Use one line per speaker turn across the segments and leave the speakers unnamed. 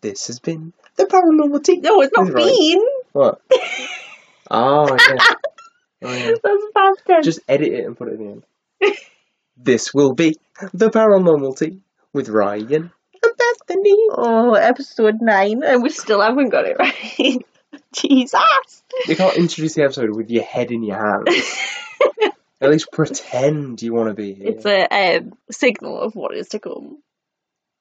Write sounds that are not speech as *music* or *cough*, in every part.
this has been the paranormal team.
No, it's not
Right.
been. *laughs*
What? Oh yeah. oh yeah.
That's past tense.
Just edit it and put it in the end.
*laughs*
this will be the paranormal team with Ryan and Bethany.
Oh, episode nine, and we still haven't got it *laughs* right. Jesus.
You can't introduce the episode with your head in your
*laughs*
hands. At least pretend you want to be here.
It's a um, signal of what is to come.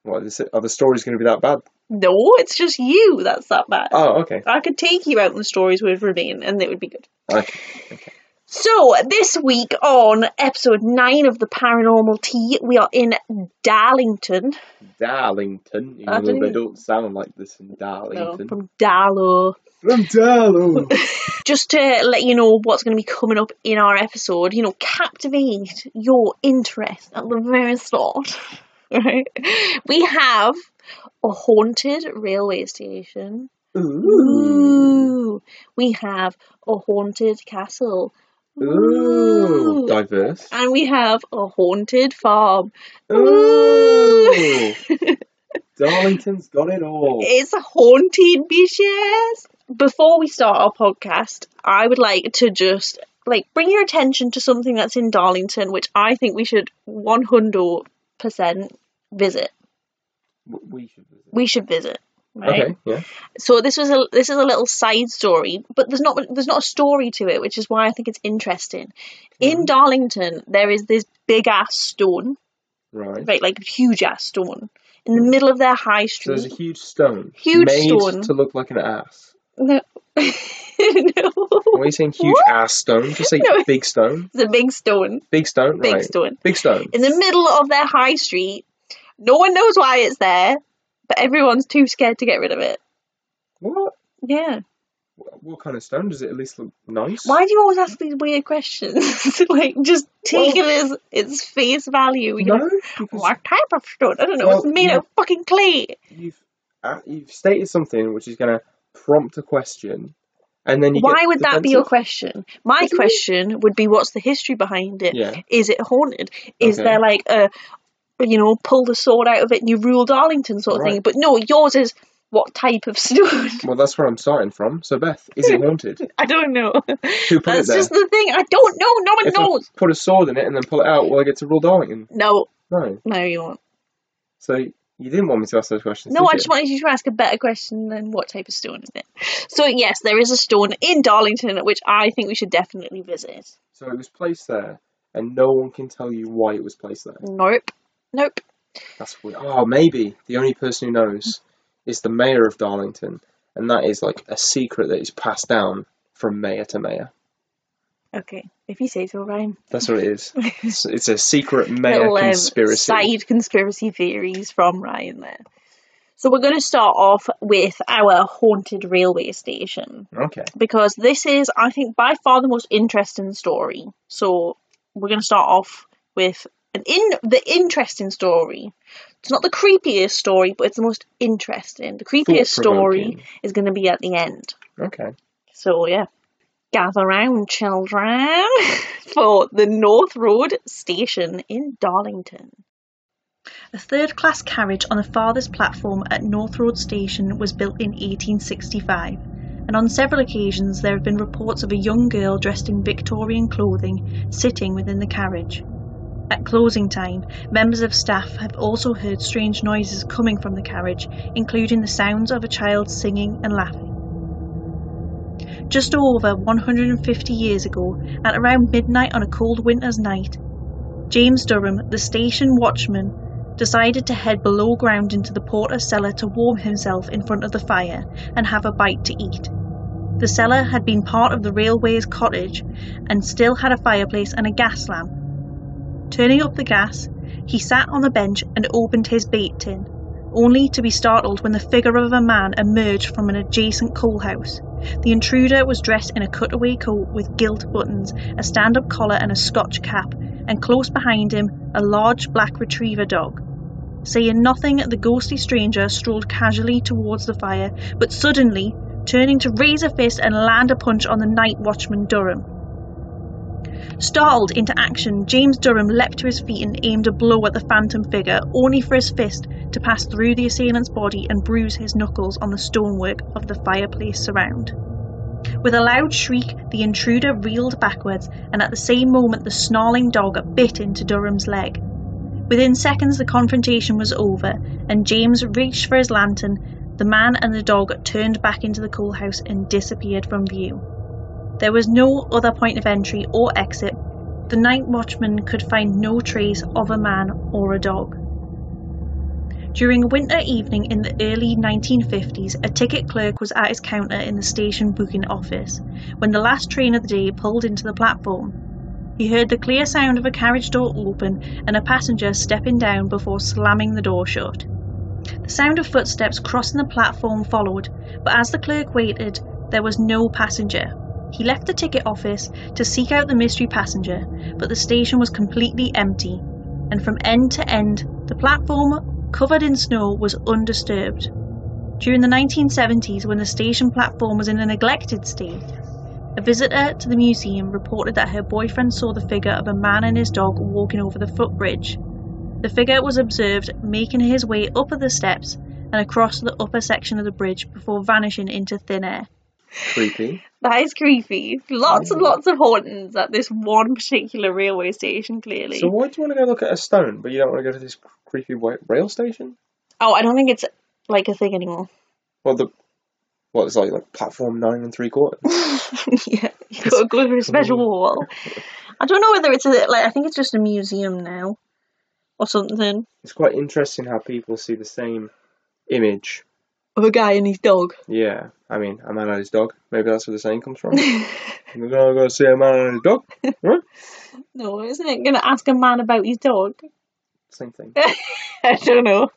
What is it? Are the stories going to be that bad?
No, it's just you that's that bad.
Oh, okay.
I could take you out and the stories would remain, and it would be good.
Okay.
So, this week on episode 9 of the Paranormal Tea, we are in Darlington.
Darlington. Even
I
though they
didn't-
don't sound like this in
No,
Darlington.
from Darlow.
From
*laughs*
Darlow.
Just to let you know what's going to be coming up in our episode, you know, captivate your interest at the very start. *laughs* Right? We have a haunted railway station.
Ooh.
We have a haunted castle.
Ooh. Diverse.
And we have a haunted farm.
Ooh. *laughs* Darlington's got it all.
It's haunted, bitches. Before we start our podcast, I would like to just like bring your attention to something that's in Darlington, which I think we should one hundred percent visit.
W- We should visit.
We should visit. Right.
Okay, yeah.
So this was a this is a little side story, but there's not there's not a story to it, which is why I think it's interesting. In Darlington, there is this big ass stone,
Right.
right, like huge ass stone in the middle of their high
So there's a
street.
huge stone.
Huge
made
stone.
to look like an ass.
No, *laughs* no,
Why are you saying huge
What?
ass stone? Just say
*laughs* No.
big stone.
it's a big stone,
Big stone,
big
right.
stone
Big stone.
in the middle of their high street. No one knows why it's there, but everyone's too scared to get rid of it.
What?
Yeah.
Wh- What kind of stone? Does it at least look nice?
Why do you always ask these weird questions? *laughs* like, just take
Well-
it as its face value. You're
No,
like,
because
What type of stone? I don't know. it's
Well,
made
no.
out of fucking clay.
you've uh, you've stated something which is going to prompt a question, and then you
Why
get
would that be your
defensive.
question? My
Isn't it?
question would be, what's the history behind it? Is
Yeah.
it haunted? Is
Okay.
there like a, you know, pull the sword out of it and you rule Darlington sort of thing?
Right.
But no, yours is what type of *laughs* stone?
Well, that's where I'm starting from. So, Beth, is
*laughs*
it haunted?
I don't know. *laughs*
Who put it
That's
there?
just the thing. I don't know. No one
If I
knows.
put a sword in it and then pull it out, will I get to rule Darlington?
No,
No.
no, you won't.
So you didn't want me to ask those questions.
No,
did
I
you?
just wanted you to ask a better question than what type of stone is it? So yes, there is a stone in Darlington which I think we should definitely visit.
So it was placed there, and no one can tell you why it was placed there.
Nope. Nope.
That's weird. Oh, maybe the only person who knows is the mayor of Darlington, and that is like a secret that is passed down from mayor to mayor.
Okay. If you say so, Ryan.
That's what it
*laughs*
is. It's, it's a secret mayor
Little, um,
conspiracy.
side conspiracy theories from Ryan there. So we're going to start off with our haunted railway station
Okay.
because this is, I think, by far the most interesting story. So we're going to start off with an in the interesting story. It's not the creepiest story, but it's the most interesting. The creepiest story
Thought-provoking.
is going to be at the end.
Okay.
So yeah, gather round, children, *laughs* for the North Road station in Darlington. A third class carriage on the farthest platform at North Road station was built in 1865, and on several occasions there have been reports of a young girl dressed in Victorian clothing sitting within the carriage. At closing time, members of staff have also heard strange noises coming from the carriage, including the sounds of a child singing and laughing. Just over 150 years ago, at around midnight on a cold winter's night, James Durham, the station watchman, decided to head below ground into the porter's cellar to warm himself in front of the fire and have a bite to eat. The cellar had been part of the railway's cottage and still had a fireplace and a gas lamp. Turning up the gas, he sat on the bench and opened his bait tin, only to be startled when the figure of a man emerged from an adjacent coal house. The intruder was dressed in a cutaway coat with gilt buttons, a stand up collar, and a scotch cap, and close behind him, a large black retriever dog. Saying nothing, the ghostly stranger strolled casually towards the fire, but suddenly, turning to raise a fist and land a punch on the night watchman Durham. Startled into action, James Durham leapt to his feet and aimed a blow at the phantom figure, only for his fist to pass through the assailant's body and bruise his knuckles on the stonework of the fireplace surround. With a loud shriek, the intruder reeled backwards, and at the same moment the snarling dog bit into Durham's leg. Within seconds, the confrontation was over, and James reached for his lantern. The man and the dog turned back into the coal house and disappeared from view. There was no other point of entry or exit. The night watchman could find no trace of a man or a dog. During a winter evening in the early 1950s, a ticket clerk was at his counter in the station booking office when the last train of the day pulled into the platform. He heard the clear sound of a carriage door open and a passenger stepping down before slamming the door shut. The sound of footsteps crossing the platform followed, but as the clerk waited, there was no passenger. He left the ticket office to seek out the mystery passenger, but the station was completely empty, and from end to end, the platform covered in snow, was undisturbed. During the 1970s, when the station platform was in a neglected state, a visitor to the museum reported that her boyfriend saw the figure of a man and his dog walking over the footbridge. The figure was observed making his way up the steps and across the upper section of the bridge before vanishing into thin air.
Creepy.
That is creepy. Lots and
Yeah.
lots of hauntings at this one particular railway station, clearly.
So why do you want to go look at a stone, but you don't want to go to this creepy wa- rail station?
oh, I don't think it's like a thing anymore. *laughs*
Well, the what is like like platform nine and three quarters.
yeah, you gotta go through a special wall. I don't know whether it's a, like I think it's just a museum now or something
It's quite interesting how people see the same image.
of a guy and his dog. *laughs*
Yeah, I mean, a man and his dog. Maybe that's where the saying comes from. We're gonna go see a man and his dog. Huh?
No, isn't it? Gonna ask a man about his dog? *laughs*
Same thing.
I don't know.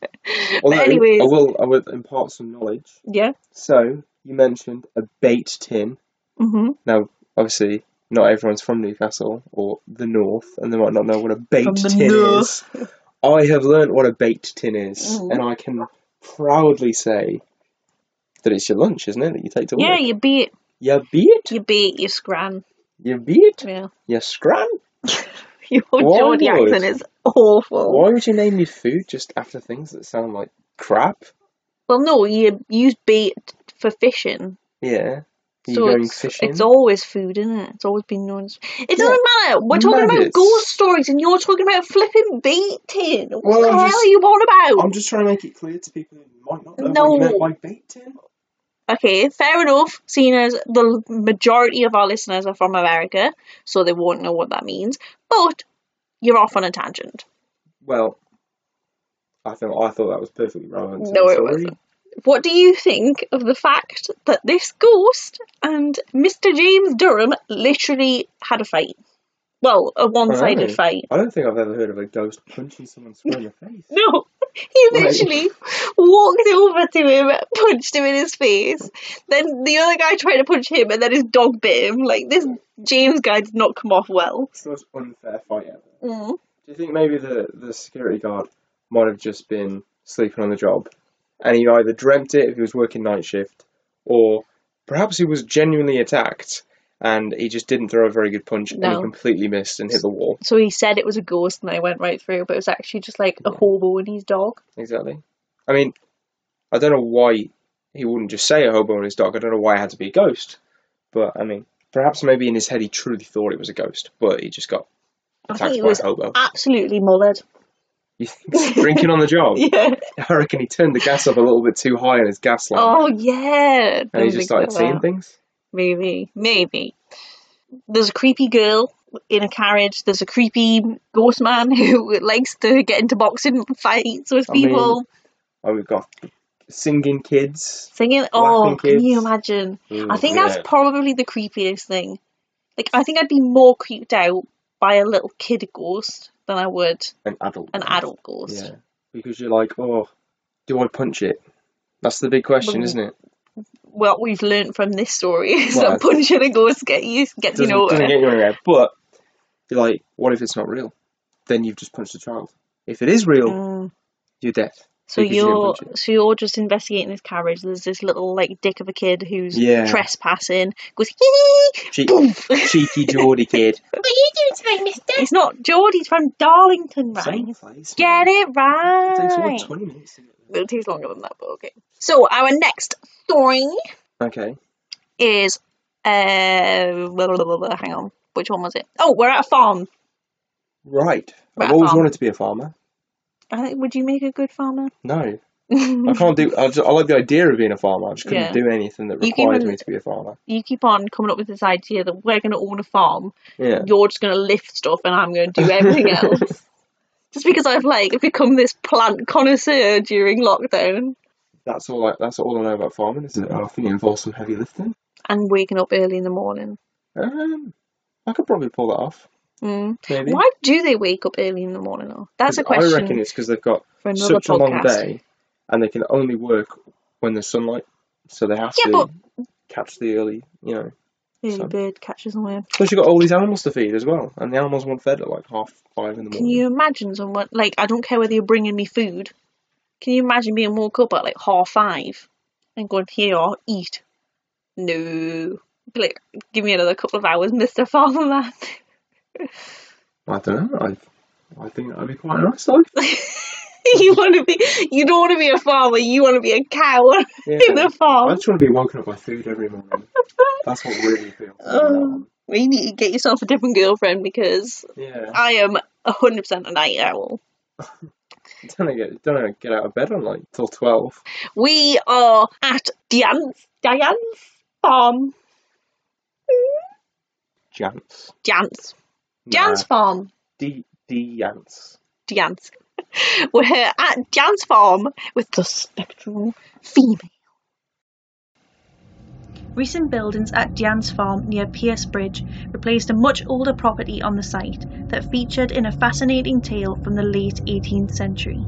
Although,
anyways-
I will I will impart some knowledge.
Yeah.
So you mentioned a bait tin.
Mhm.
Now, obviously, not everyone's from Newcastle or the North, and they might not know what a bait
From the
tin
north.
is. *laughs* I have learnt what a bait tin is,
Mm.
and I can proudly say that it's your lunch, isn't it? That you take to work.
Yeah, you beat
Your beat,
you beat your scran.
your beat,
Yeah.
your scran.
Your
Why
Geordie
would-
accent is awful.
Why would you name your food just after things that sound like crap?
Well, no, you use bait for fishing.
Yeah. You're
so
going
it's,
fishing.
it's always food, isn't it? It's always been known as. It doesn't matter. We're talking about
maggots.
ghost stories, and you're talking about flipping baiting. What
Well,
the
I'm
hell
just-
are you on about?
I'm just trying to make it clear to people who might not know
No.
what you meant by bait tin.
Okay, fair enough. Seeing as the majority of our listeners are from America, so they won't know what that means. But you're off on a tangent.
Well, I thought I thought that was perfectly relevant. to
No,
the
it
story.
wasn't. What do you think of the fact that this ghost and Mr. James Durham literally had a fight? Well, a one-sided
Oh.
fight.
I don't think I've ever heard of a ghost punching someone square in the face. *laughs*
No, he
Right.
literally walked over to him, punched him in his face. Then the other guy tried to punch him, and then his dog bit him. Like this James guy did not come off well.
It's the most unfair fight ever.
Mm.
Do you think maybe the, the security guard might have just been sleeping on the job? And he either dreamt it if he was working night shift, or perhaps he was genuinely attacked and he just didn't throw a very good punch and
No.
he completely missed and hit the wall.
So he said it was a ghost, and I went right through, but it was actually just like a
Yeah.
hobo and his dog.
Exactly. I mean, I don't know why he wouldn't just say a hobo on his dog. I don't know why it had to be a ghost. But, I mean, perhaps maybe in his head he truly thought it was a ghost, but he just got
I
attacked
think he
by
was
a hobo.
absolutely mullered.
You think *laughs* he's drinking on the job?
*laughs* Yeah.
*laughs* I reckon he turned the gas up a little bit too high on his gas lamp.
Oh yeah.
and he just
Don't
started
think about
seeing
that.
things.
Maybe, maybe. There's a creepy girl in a carriage. There's a creepy ghost man *laughs* who likes to get into boxing fights with
I mean-
people.
Oh, we've got singing kids.
Singing, oh, can
kids.
you imagine? I think that's
Yeah.
probably the creepiest thing. Like, I think I'd be more creeped out by a little kid ghost than I would
an adult.
an adult ghost.
Yeah, because you're like, oh, do I punch it? That's the big question,
Well,
isn't it?
What we've learned from this story *laughs* is
Well,
that punching a ghost get you gets you uh,
Doesn't, doesn't
nowhere.
get you anywhere. But you're like, what if it's not real? Then you've just punched a child. If it is real,
Mm.
you're dead.
So
You can see him
you're
punch it.
so you're just investigating this carriage. There's this little like dick of a kid who's
Yeah.
trespassing. Goes "Yee!"
Cheek,
*laughs* Boof.
cheeky Geordie kid.
What are you doing tonight, Mister? It's not Geordie. It's from Darlington, *laughs* right?
Same place.
Get it
man. Takes all
right.
20 minutes. to get there.
It takes longer than that, but okay. So our next story
Okay.
is uh, blah, blah, blah, blah, hang on, which one was it? Oh, we're at a farm.
Right.
Right,
I've always
farm.
wanted to be a farmer.
Uh, would you make a good farmer? *laughs*
No, I can't do. I, just, I like the idea of being a farmer. I just couldn't
Yeah.
do anything that
You can
required
rel-
me to be a farmer.
you keep on coming up with this idea that we're going to own a farm.
Yeah.
You're just going to lift stuff, and I'm going to
*laughs*
do everything else. Just because I've like become this plant connoisseur during lockdown
That's all. I, that's all I know about farming. Is that I think it involves some heavy lifting.
and waking up early in the morning.
Um, I could probably pull that off.
Mm.
Maybe.
Why do they wake up early in the morning? Though that's a
'Cause
question
I reckon it's because they've got
for another
such a long
podcast.
day, and they can only work when there's sunlight, so they have
Yeah,
to catch the early. You know,
Early
So-
bird catches the worm.
plus you've got all these animals to feed as well, and the animals want fed at like half five in the morning.
Can you imagine someone like I don't care whether you're bringing me food. Can you imagine being woke up at like half five and going here you are eat? No, Be like give me another couple of hours, Mister Farmerman.
I don't know. I, I think that'd be quite nice though.
*laughs* you want to be you don't want to be a farmer. You want to be a cow *laughs* in
Yeah.
the farm.
I just want to be woken up by food every
*laughs*
morning. That's what really appeals. to me about
Oh.
them.
You need to get yourself a different girlfriend because
Yeah.
I am hundred percent a night owl.
Don't get don't get out of bed on like till twelve.
We are at Diane's Diane's farm.
Jants.
Diane's Diane's farm.
D D Jants.
Jans. *laughs* We're at Jan's farm with the spectral female. Recent buildings at Jan's farm near Pierce Bridge replaced a much older property on the site that featured in a fascinating tale from the late 18th century.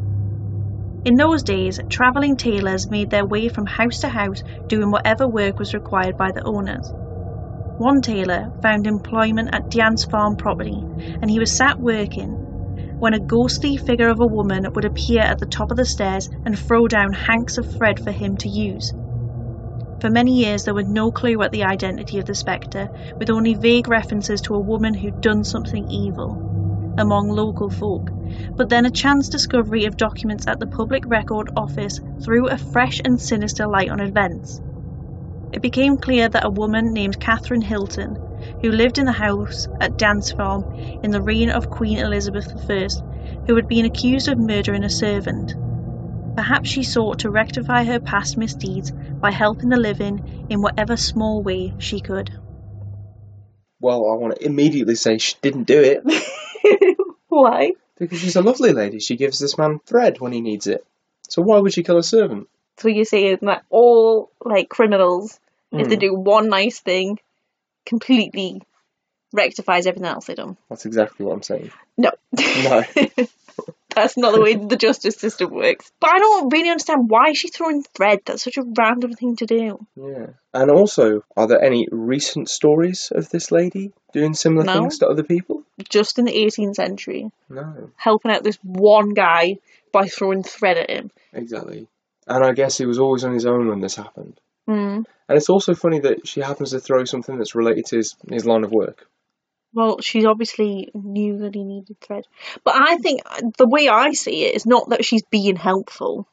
In those days, travelling tailors made their way from house to house doing whatever work was required by the owners. One tailor found employment at Diane's farm property and he was sat working when a ghostly figure of a woman would appear at the top of the stairs and throw down hanks of thread for him to use. For many years, there was no clue at the identity of the spectre, with only vague references to a woman who'd done something evil among local folk. But then a chance discovery of documents at the Public Record Office threw a fresh and sinister light on events. It became clear that a woman named Catherine Hilton, who lived in the house at Dance Farm in the reign of Queen Elizabeth I, who had been accused of murdering a servant. Perhaps she sought to rectify her past misdeeds by helping the living in whatever small way she could.
Well, I want to immediately say she didn't do it
*laughs* *laughs* Why?
because she's a lovely lady. She gives this man thread when he needs it. So why would she kill a servant?
So you're saying that all like criminals, if they
Hmm.
do one nice thing, completely rectifies everything else they done.
That's exactly what I'm saying.
No.
No.
*laughs* That's not the way the justice system works. But I don't really understand why she's throwing thread. That's such a random thing to do.
Yeah. And also, are there any recent stories of this lady doing similar
No.
things to other people?
just in the 18th century,
No.
helping out this one guy by throwing thread at him.
Exactly. And I guess he was always on his own when this happened.
Mm.
And it's also funny that she happens to throw something that's related to his, his line of work.
Well, she obviously knew that he needed thread. But I think the way I see it is not that she's being helpful.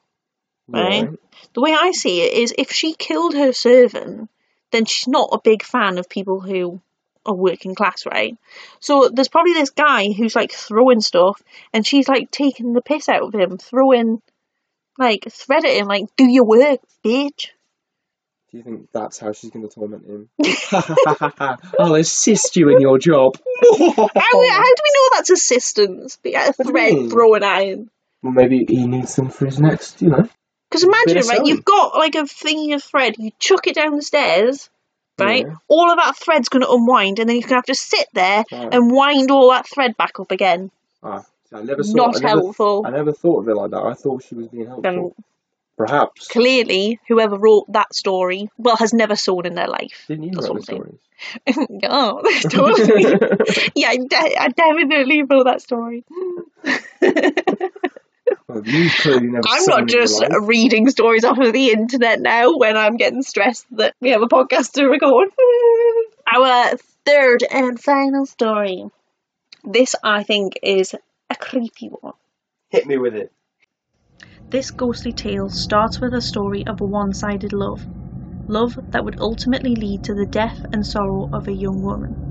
Right. The way I see it is if she killed her servant, then she's not a big fan of people who are working class, right? So there's probably this guy who's like throwing stuff and she's like taking the piss out of him, throwing like thread at him, like, do your work, bitch.
Do you think that's how she's going to torment
*laughs*
him? *laughs* I'll assist you in your
*laughs*
job.
How, how do we know that's assistance? The
Oh.
uh,
do you
thread
mean?
throwing iron.
Well, maybe he needs them for his next, you know.
Because imagine,
Bit of
right?
sewing.
You've got like a thingy of thread. You chuck it down the stairs, right?
Yeah.
All of that thread's going to unwind, and then you're going to have to sit there
Oh.
and wind all that thread back up again.
Ah, see, I never saw,
Not
I never,
helpful.
I never thought of it like that. I thought she was being helpful.
Then
Perhaps.
clearly, whoever wrote that story well has never sewn in their life.
Didn't you
That's
know the
what I'm
stories? *laughs*
*laughs* oh, totally. yeah, I, de- I definitely wrote that story.
Well, you've clearly never
I'm
sung
not
in
just
your life.
reading stories off of the internet now when I'm getting stressed that we have a podcast to record. *laughs* Our third and final story. This, I think, is a creepy one.
Hit me with it.
This ghostly tale starts with a story of a one sided love. Love that would ultimately lead to the death and sorrow of a young woman.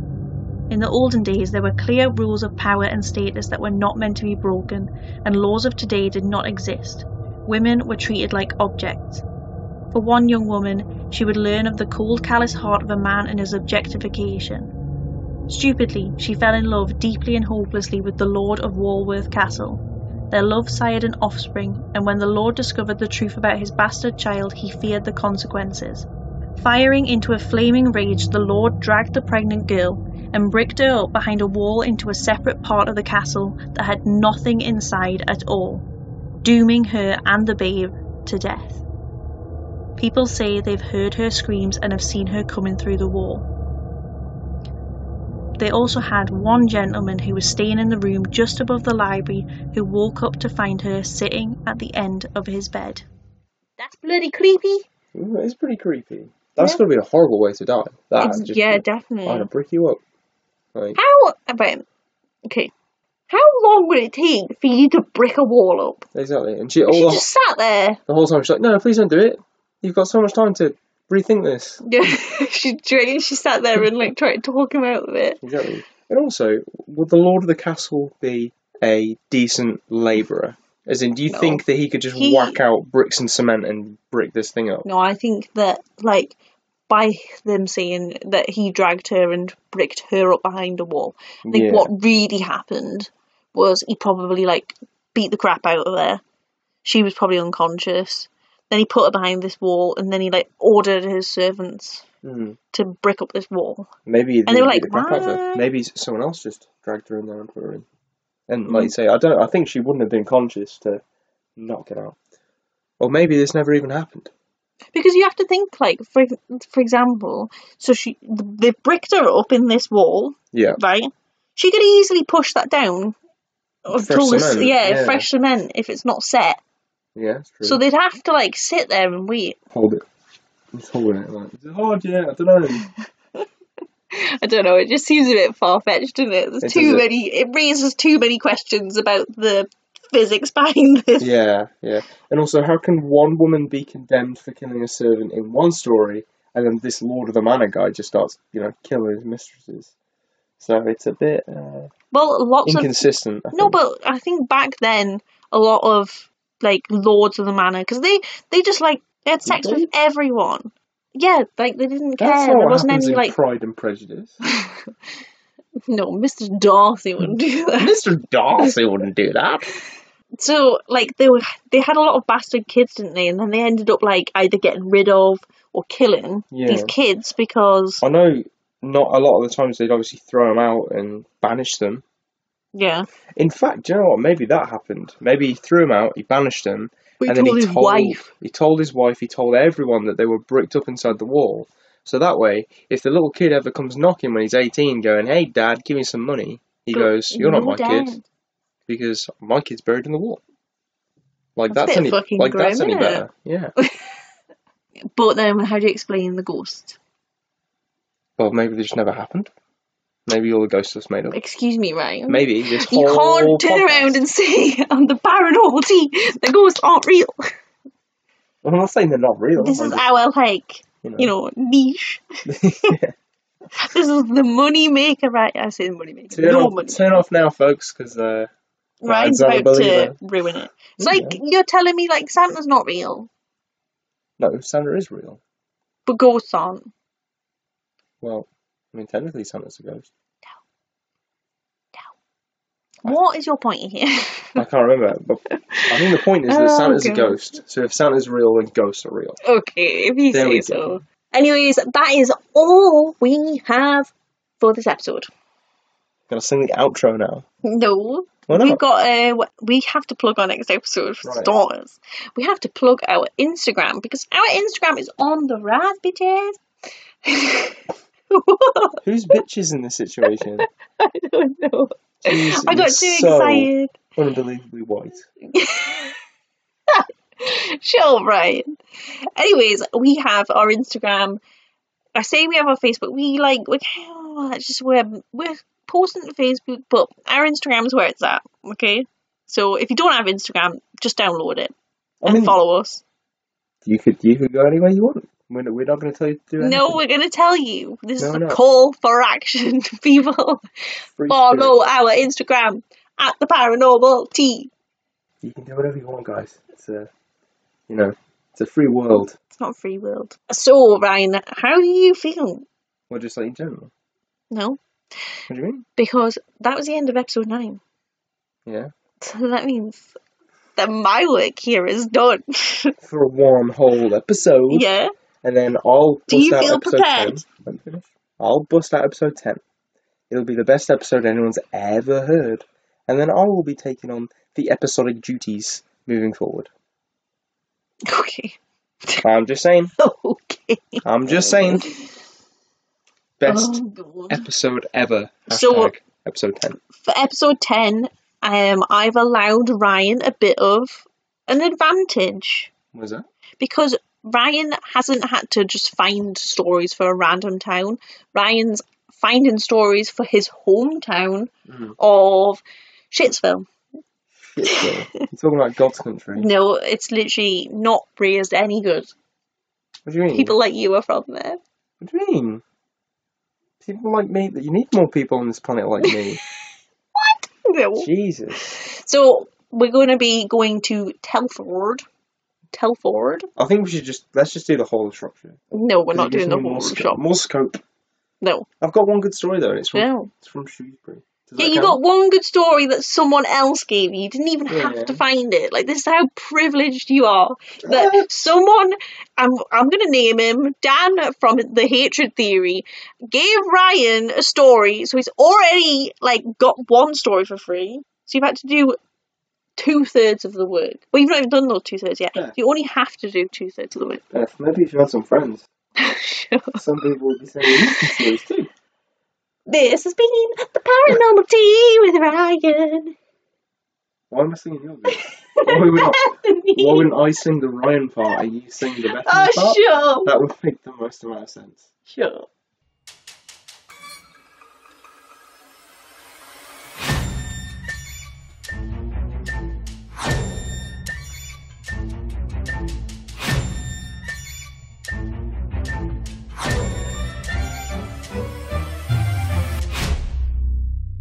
In the olden days, there were clear rules of power and status that were not meant to be broken, and laws of today did not exist. Women were treated like objects. For one young woman, she would learn of the cold, callous heart of a man and his objectification. Stupidly, she fell in love deeply and hopelessly with the Lord of Walworth Castle. Their love sired an offspring, and when the Lord discovered the truth about his bastard child, he feared the consequences. Firing into a flaming rage, the Lord dragged the pregnant girl and bricked her up behind a wall into a separate part of the castle that had nothing inside at all, dooming her and the babe to death. People say they've heard her screams and have seen her coming through the wall. They also had one gentleman who was staying in the room just above the library who woke up to find her sitting at the end of his bed. That's bloody creepy.
Ooh, it's pretty creepy. That's
Yeah.
going to be a horrible way to die. That
It's-
just
yeah,
be-
definitely.
I'm going to brick you up. Like,
How about okay? How long would it take for you to brick a wall up?
exactly. And she, all
If she
the,
just sat there. *laughs*
the whole time, she's like, no, please don't do it. You've got so much time to rethink this.
Yeah, she do you reckon she sat there and like tried to talk him out of it.
Exactly. And also, would the Lord of the Castle be a decent labourer? As in, do you
No.
think that he could just
He-
whack out bricks and cement and brick this thing up?
No, I think that like by them saying that he dragged her and bricked her up behind a wall, I think
Yeah.
what really happened was he probably like beat the crap out of her. She was probably unconscious. Then he put her behind this wall, and then he like ordered his servants
Hmm.
to brick up this wall.
Maybe
And they were like,
the crap out of her.
"What?"
Maybe s- someone else just dragged her in there and put her in. And like you say, I don't. I think she wouldn't have been conscious to not get out. Or maybe this never even happened.
Because you have to think, like for for example, so she they bricked her up in this wall,
Yeah.
right? She could easily push that down, or
Fresh
pull this,
cement,
yeah,
yeah.
fresh cement if it's not set.
Yeah, that's true.
So they'd have to like sit there and wait.
hold it. Just holding it. Like, Is it hard yet? I don't know.
I don't know. It just seems a bit far fetched, doesn't it? There's
It
too
does it.
many. It raises too many questions about the physics *laughs* behind this.
yeah, yeah. And also, how can one woman be condemned for killing a servant in one story, and then this Lord of the Manor guy just starts, you know, killing his mistresses? So it's a bit uh,
Well, lots of
inconsistent. I
no,
think.
but I think back then a lot of like lords of the manor because they they just like they had sex
Did
with everyone. Yeah, like they didn't care.
that's not
there
what
wasn't
happens
any
in
like
Pride and Prejudice.
no, Mister Darcy wouldn't do that.
Mr. Darcy wouldn't do that.
So like they were they had a lot of bastard kids, didn't they? And then they ended up like either getting rid of or killing these
Yeah.
kids because
I know not a lot of the times they'd obviously throw them out and banish them.
yeah,
In fact, do you know what? Maybe that happened. Maybe he threw them out, he banished them,
we
and
told
then he
his
told
wife.
he told his wife, he told everyone that they were bricked up inside the wall. So that way, if the little kid ever comes knocking when he's eighteen, going, "Hey, Dad, give me some money," he
Go-
goes, "You're not
"No,
my
Dad."
kid because my kid's buried in the wall." Like
That's
that's,
a bit
any
fucking
like
grim,
that's any
innit?
better. Yeah.
But then, how do you explain the ghost?
Well, maybe they just never happened. Maybe all the ghosts just made up.
Excuse me, right?
Maybe this
You
whole
can't turn
podcast-
around and say *laughs* I'm the paranormal team. The ghosts aren't real.
I'm not saying they're not real.
This
I'm
is
just-
our like
you know.
you know niche.
*laughs* Yeah.
This is the money maker, right? I say the money maker.
turn,
Your
off,
money.
turn off now, folks, because uh, Ryan's
Ryan's
not a
about to
believer.
ruin it. It's
Yeah.
like you're telling me like Santa's not real,
no, Santa is real.
but ghosts aren't.
Well, I mean, technically, Santa's a ghost.
What is your point here? *laughs*
I can't remember, but I think the point is that
Oh,
Santa's
God.
a ghost. So if Santa's real, then ghosts are real.
okay, if you
There
say
we
so.
go.
Anyways, that is all we have for this episode.
Gonna sing the outro now.
No,
Why
We've
not?
got a. We have to plug our next episode for
Right.
starters. We have to plug our Instagram because our Instagram is on the rise, bitches. *laughs*
Who's bitches in this situation?
*laughs* I don't know.
Jeez,
I
you're
got too
so
excited.
Unbelievably white.
Chill, Brian. Anyways, we have our Instagram. I say we have our Facebook. We like we that's just we're we're posting to Facebook, but our Instagram's where it's at. Okay, so if you don't have Instagram, just download it
I
and
mean,
follow us.
you could you could go anywhere you want. We're not, we're not going to tell you to do anything.
No, we're gonna tell you. This
No,
is a
no.
call for action, *laughs* people.
Free spirit.
Follow our Instagram at the Paranormal T.
You can do whatever you want, guys. It's a you know it's a free world.
It's not free world. So Ryan, how do you feel?
Or just like in general.
No,
What do you mean?
because that was the end of episode nine.
Yeah,
*laughs* So that means that my work here is done. *laughs*
for one whole episode.
yeah.
and then I'll bust
Do you
out
feel
episode 10.
prepared?
Let me finish. I'll bust out episode 10. It'll be the best episode anyone's ever heard. And then I will be taking on the episodic duties moving
*laughs*
forward.
Okay. *laughs*
I'm just saying.
Okay.
I'm just saying. Best
Oh, God.
episode ever.
So-
Hashtag episode
*laughs*
10.
For episode ten, um, I've allowed Ryan a bit of an advantage
What is that?
because Ryan hasn't had to just find stories for a random town. Ryan's finding stories for his hometown
Mm.
of Shitsville.
Shit, Phil. You're talking about God's country.
No, it's literally not raised any good.
What do you mean?
People like you are from there.
What do you mean? People like me. You need more people on this planet like
*laughs*
me.
No.
Jesus.
So we're going to be going to Telford. Telford?
I think we should just let's just do the whole of Shropshire.
No, we're
'Cause
not
it gives
doing the
me
whole
more scope-
shop.
More scope.
No,
I've got one good story though. and It's from
no.
it's from Shrewsbury. Does
Yeah,
that
you got
count?
one good story that someone else gave you. You didn't even
Yeah.
have to find it. Like this is how privileged you are that someone. I'm I'm gonna name him Dan from the Hatred Theory. Gave Ryan a story, so he's already like got one story for free. So you've had to do two thirds of the work. Well, you've not even done those two thirds yet.
Yeah.
You only have to do two thirds of the work. *laughs*
Beth, maybe if you had some friends, some people would be saying these stories too.
This has been the paranormal tea with *laughs* Ryan.
Why am I singing your bit? Why would not?
Anthony.
Why wouldn't I sing the Ryan part and you sing the Bethany
oh,
part?
sure.
That would make the most amount of sense.
Sure.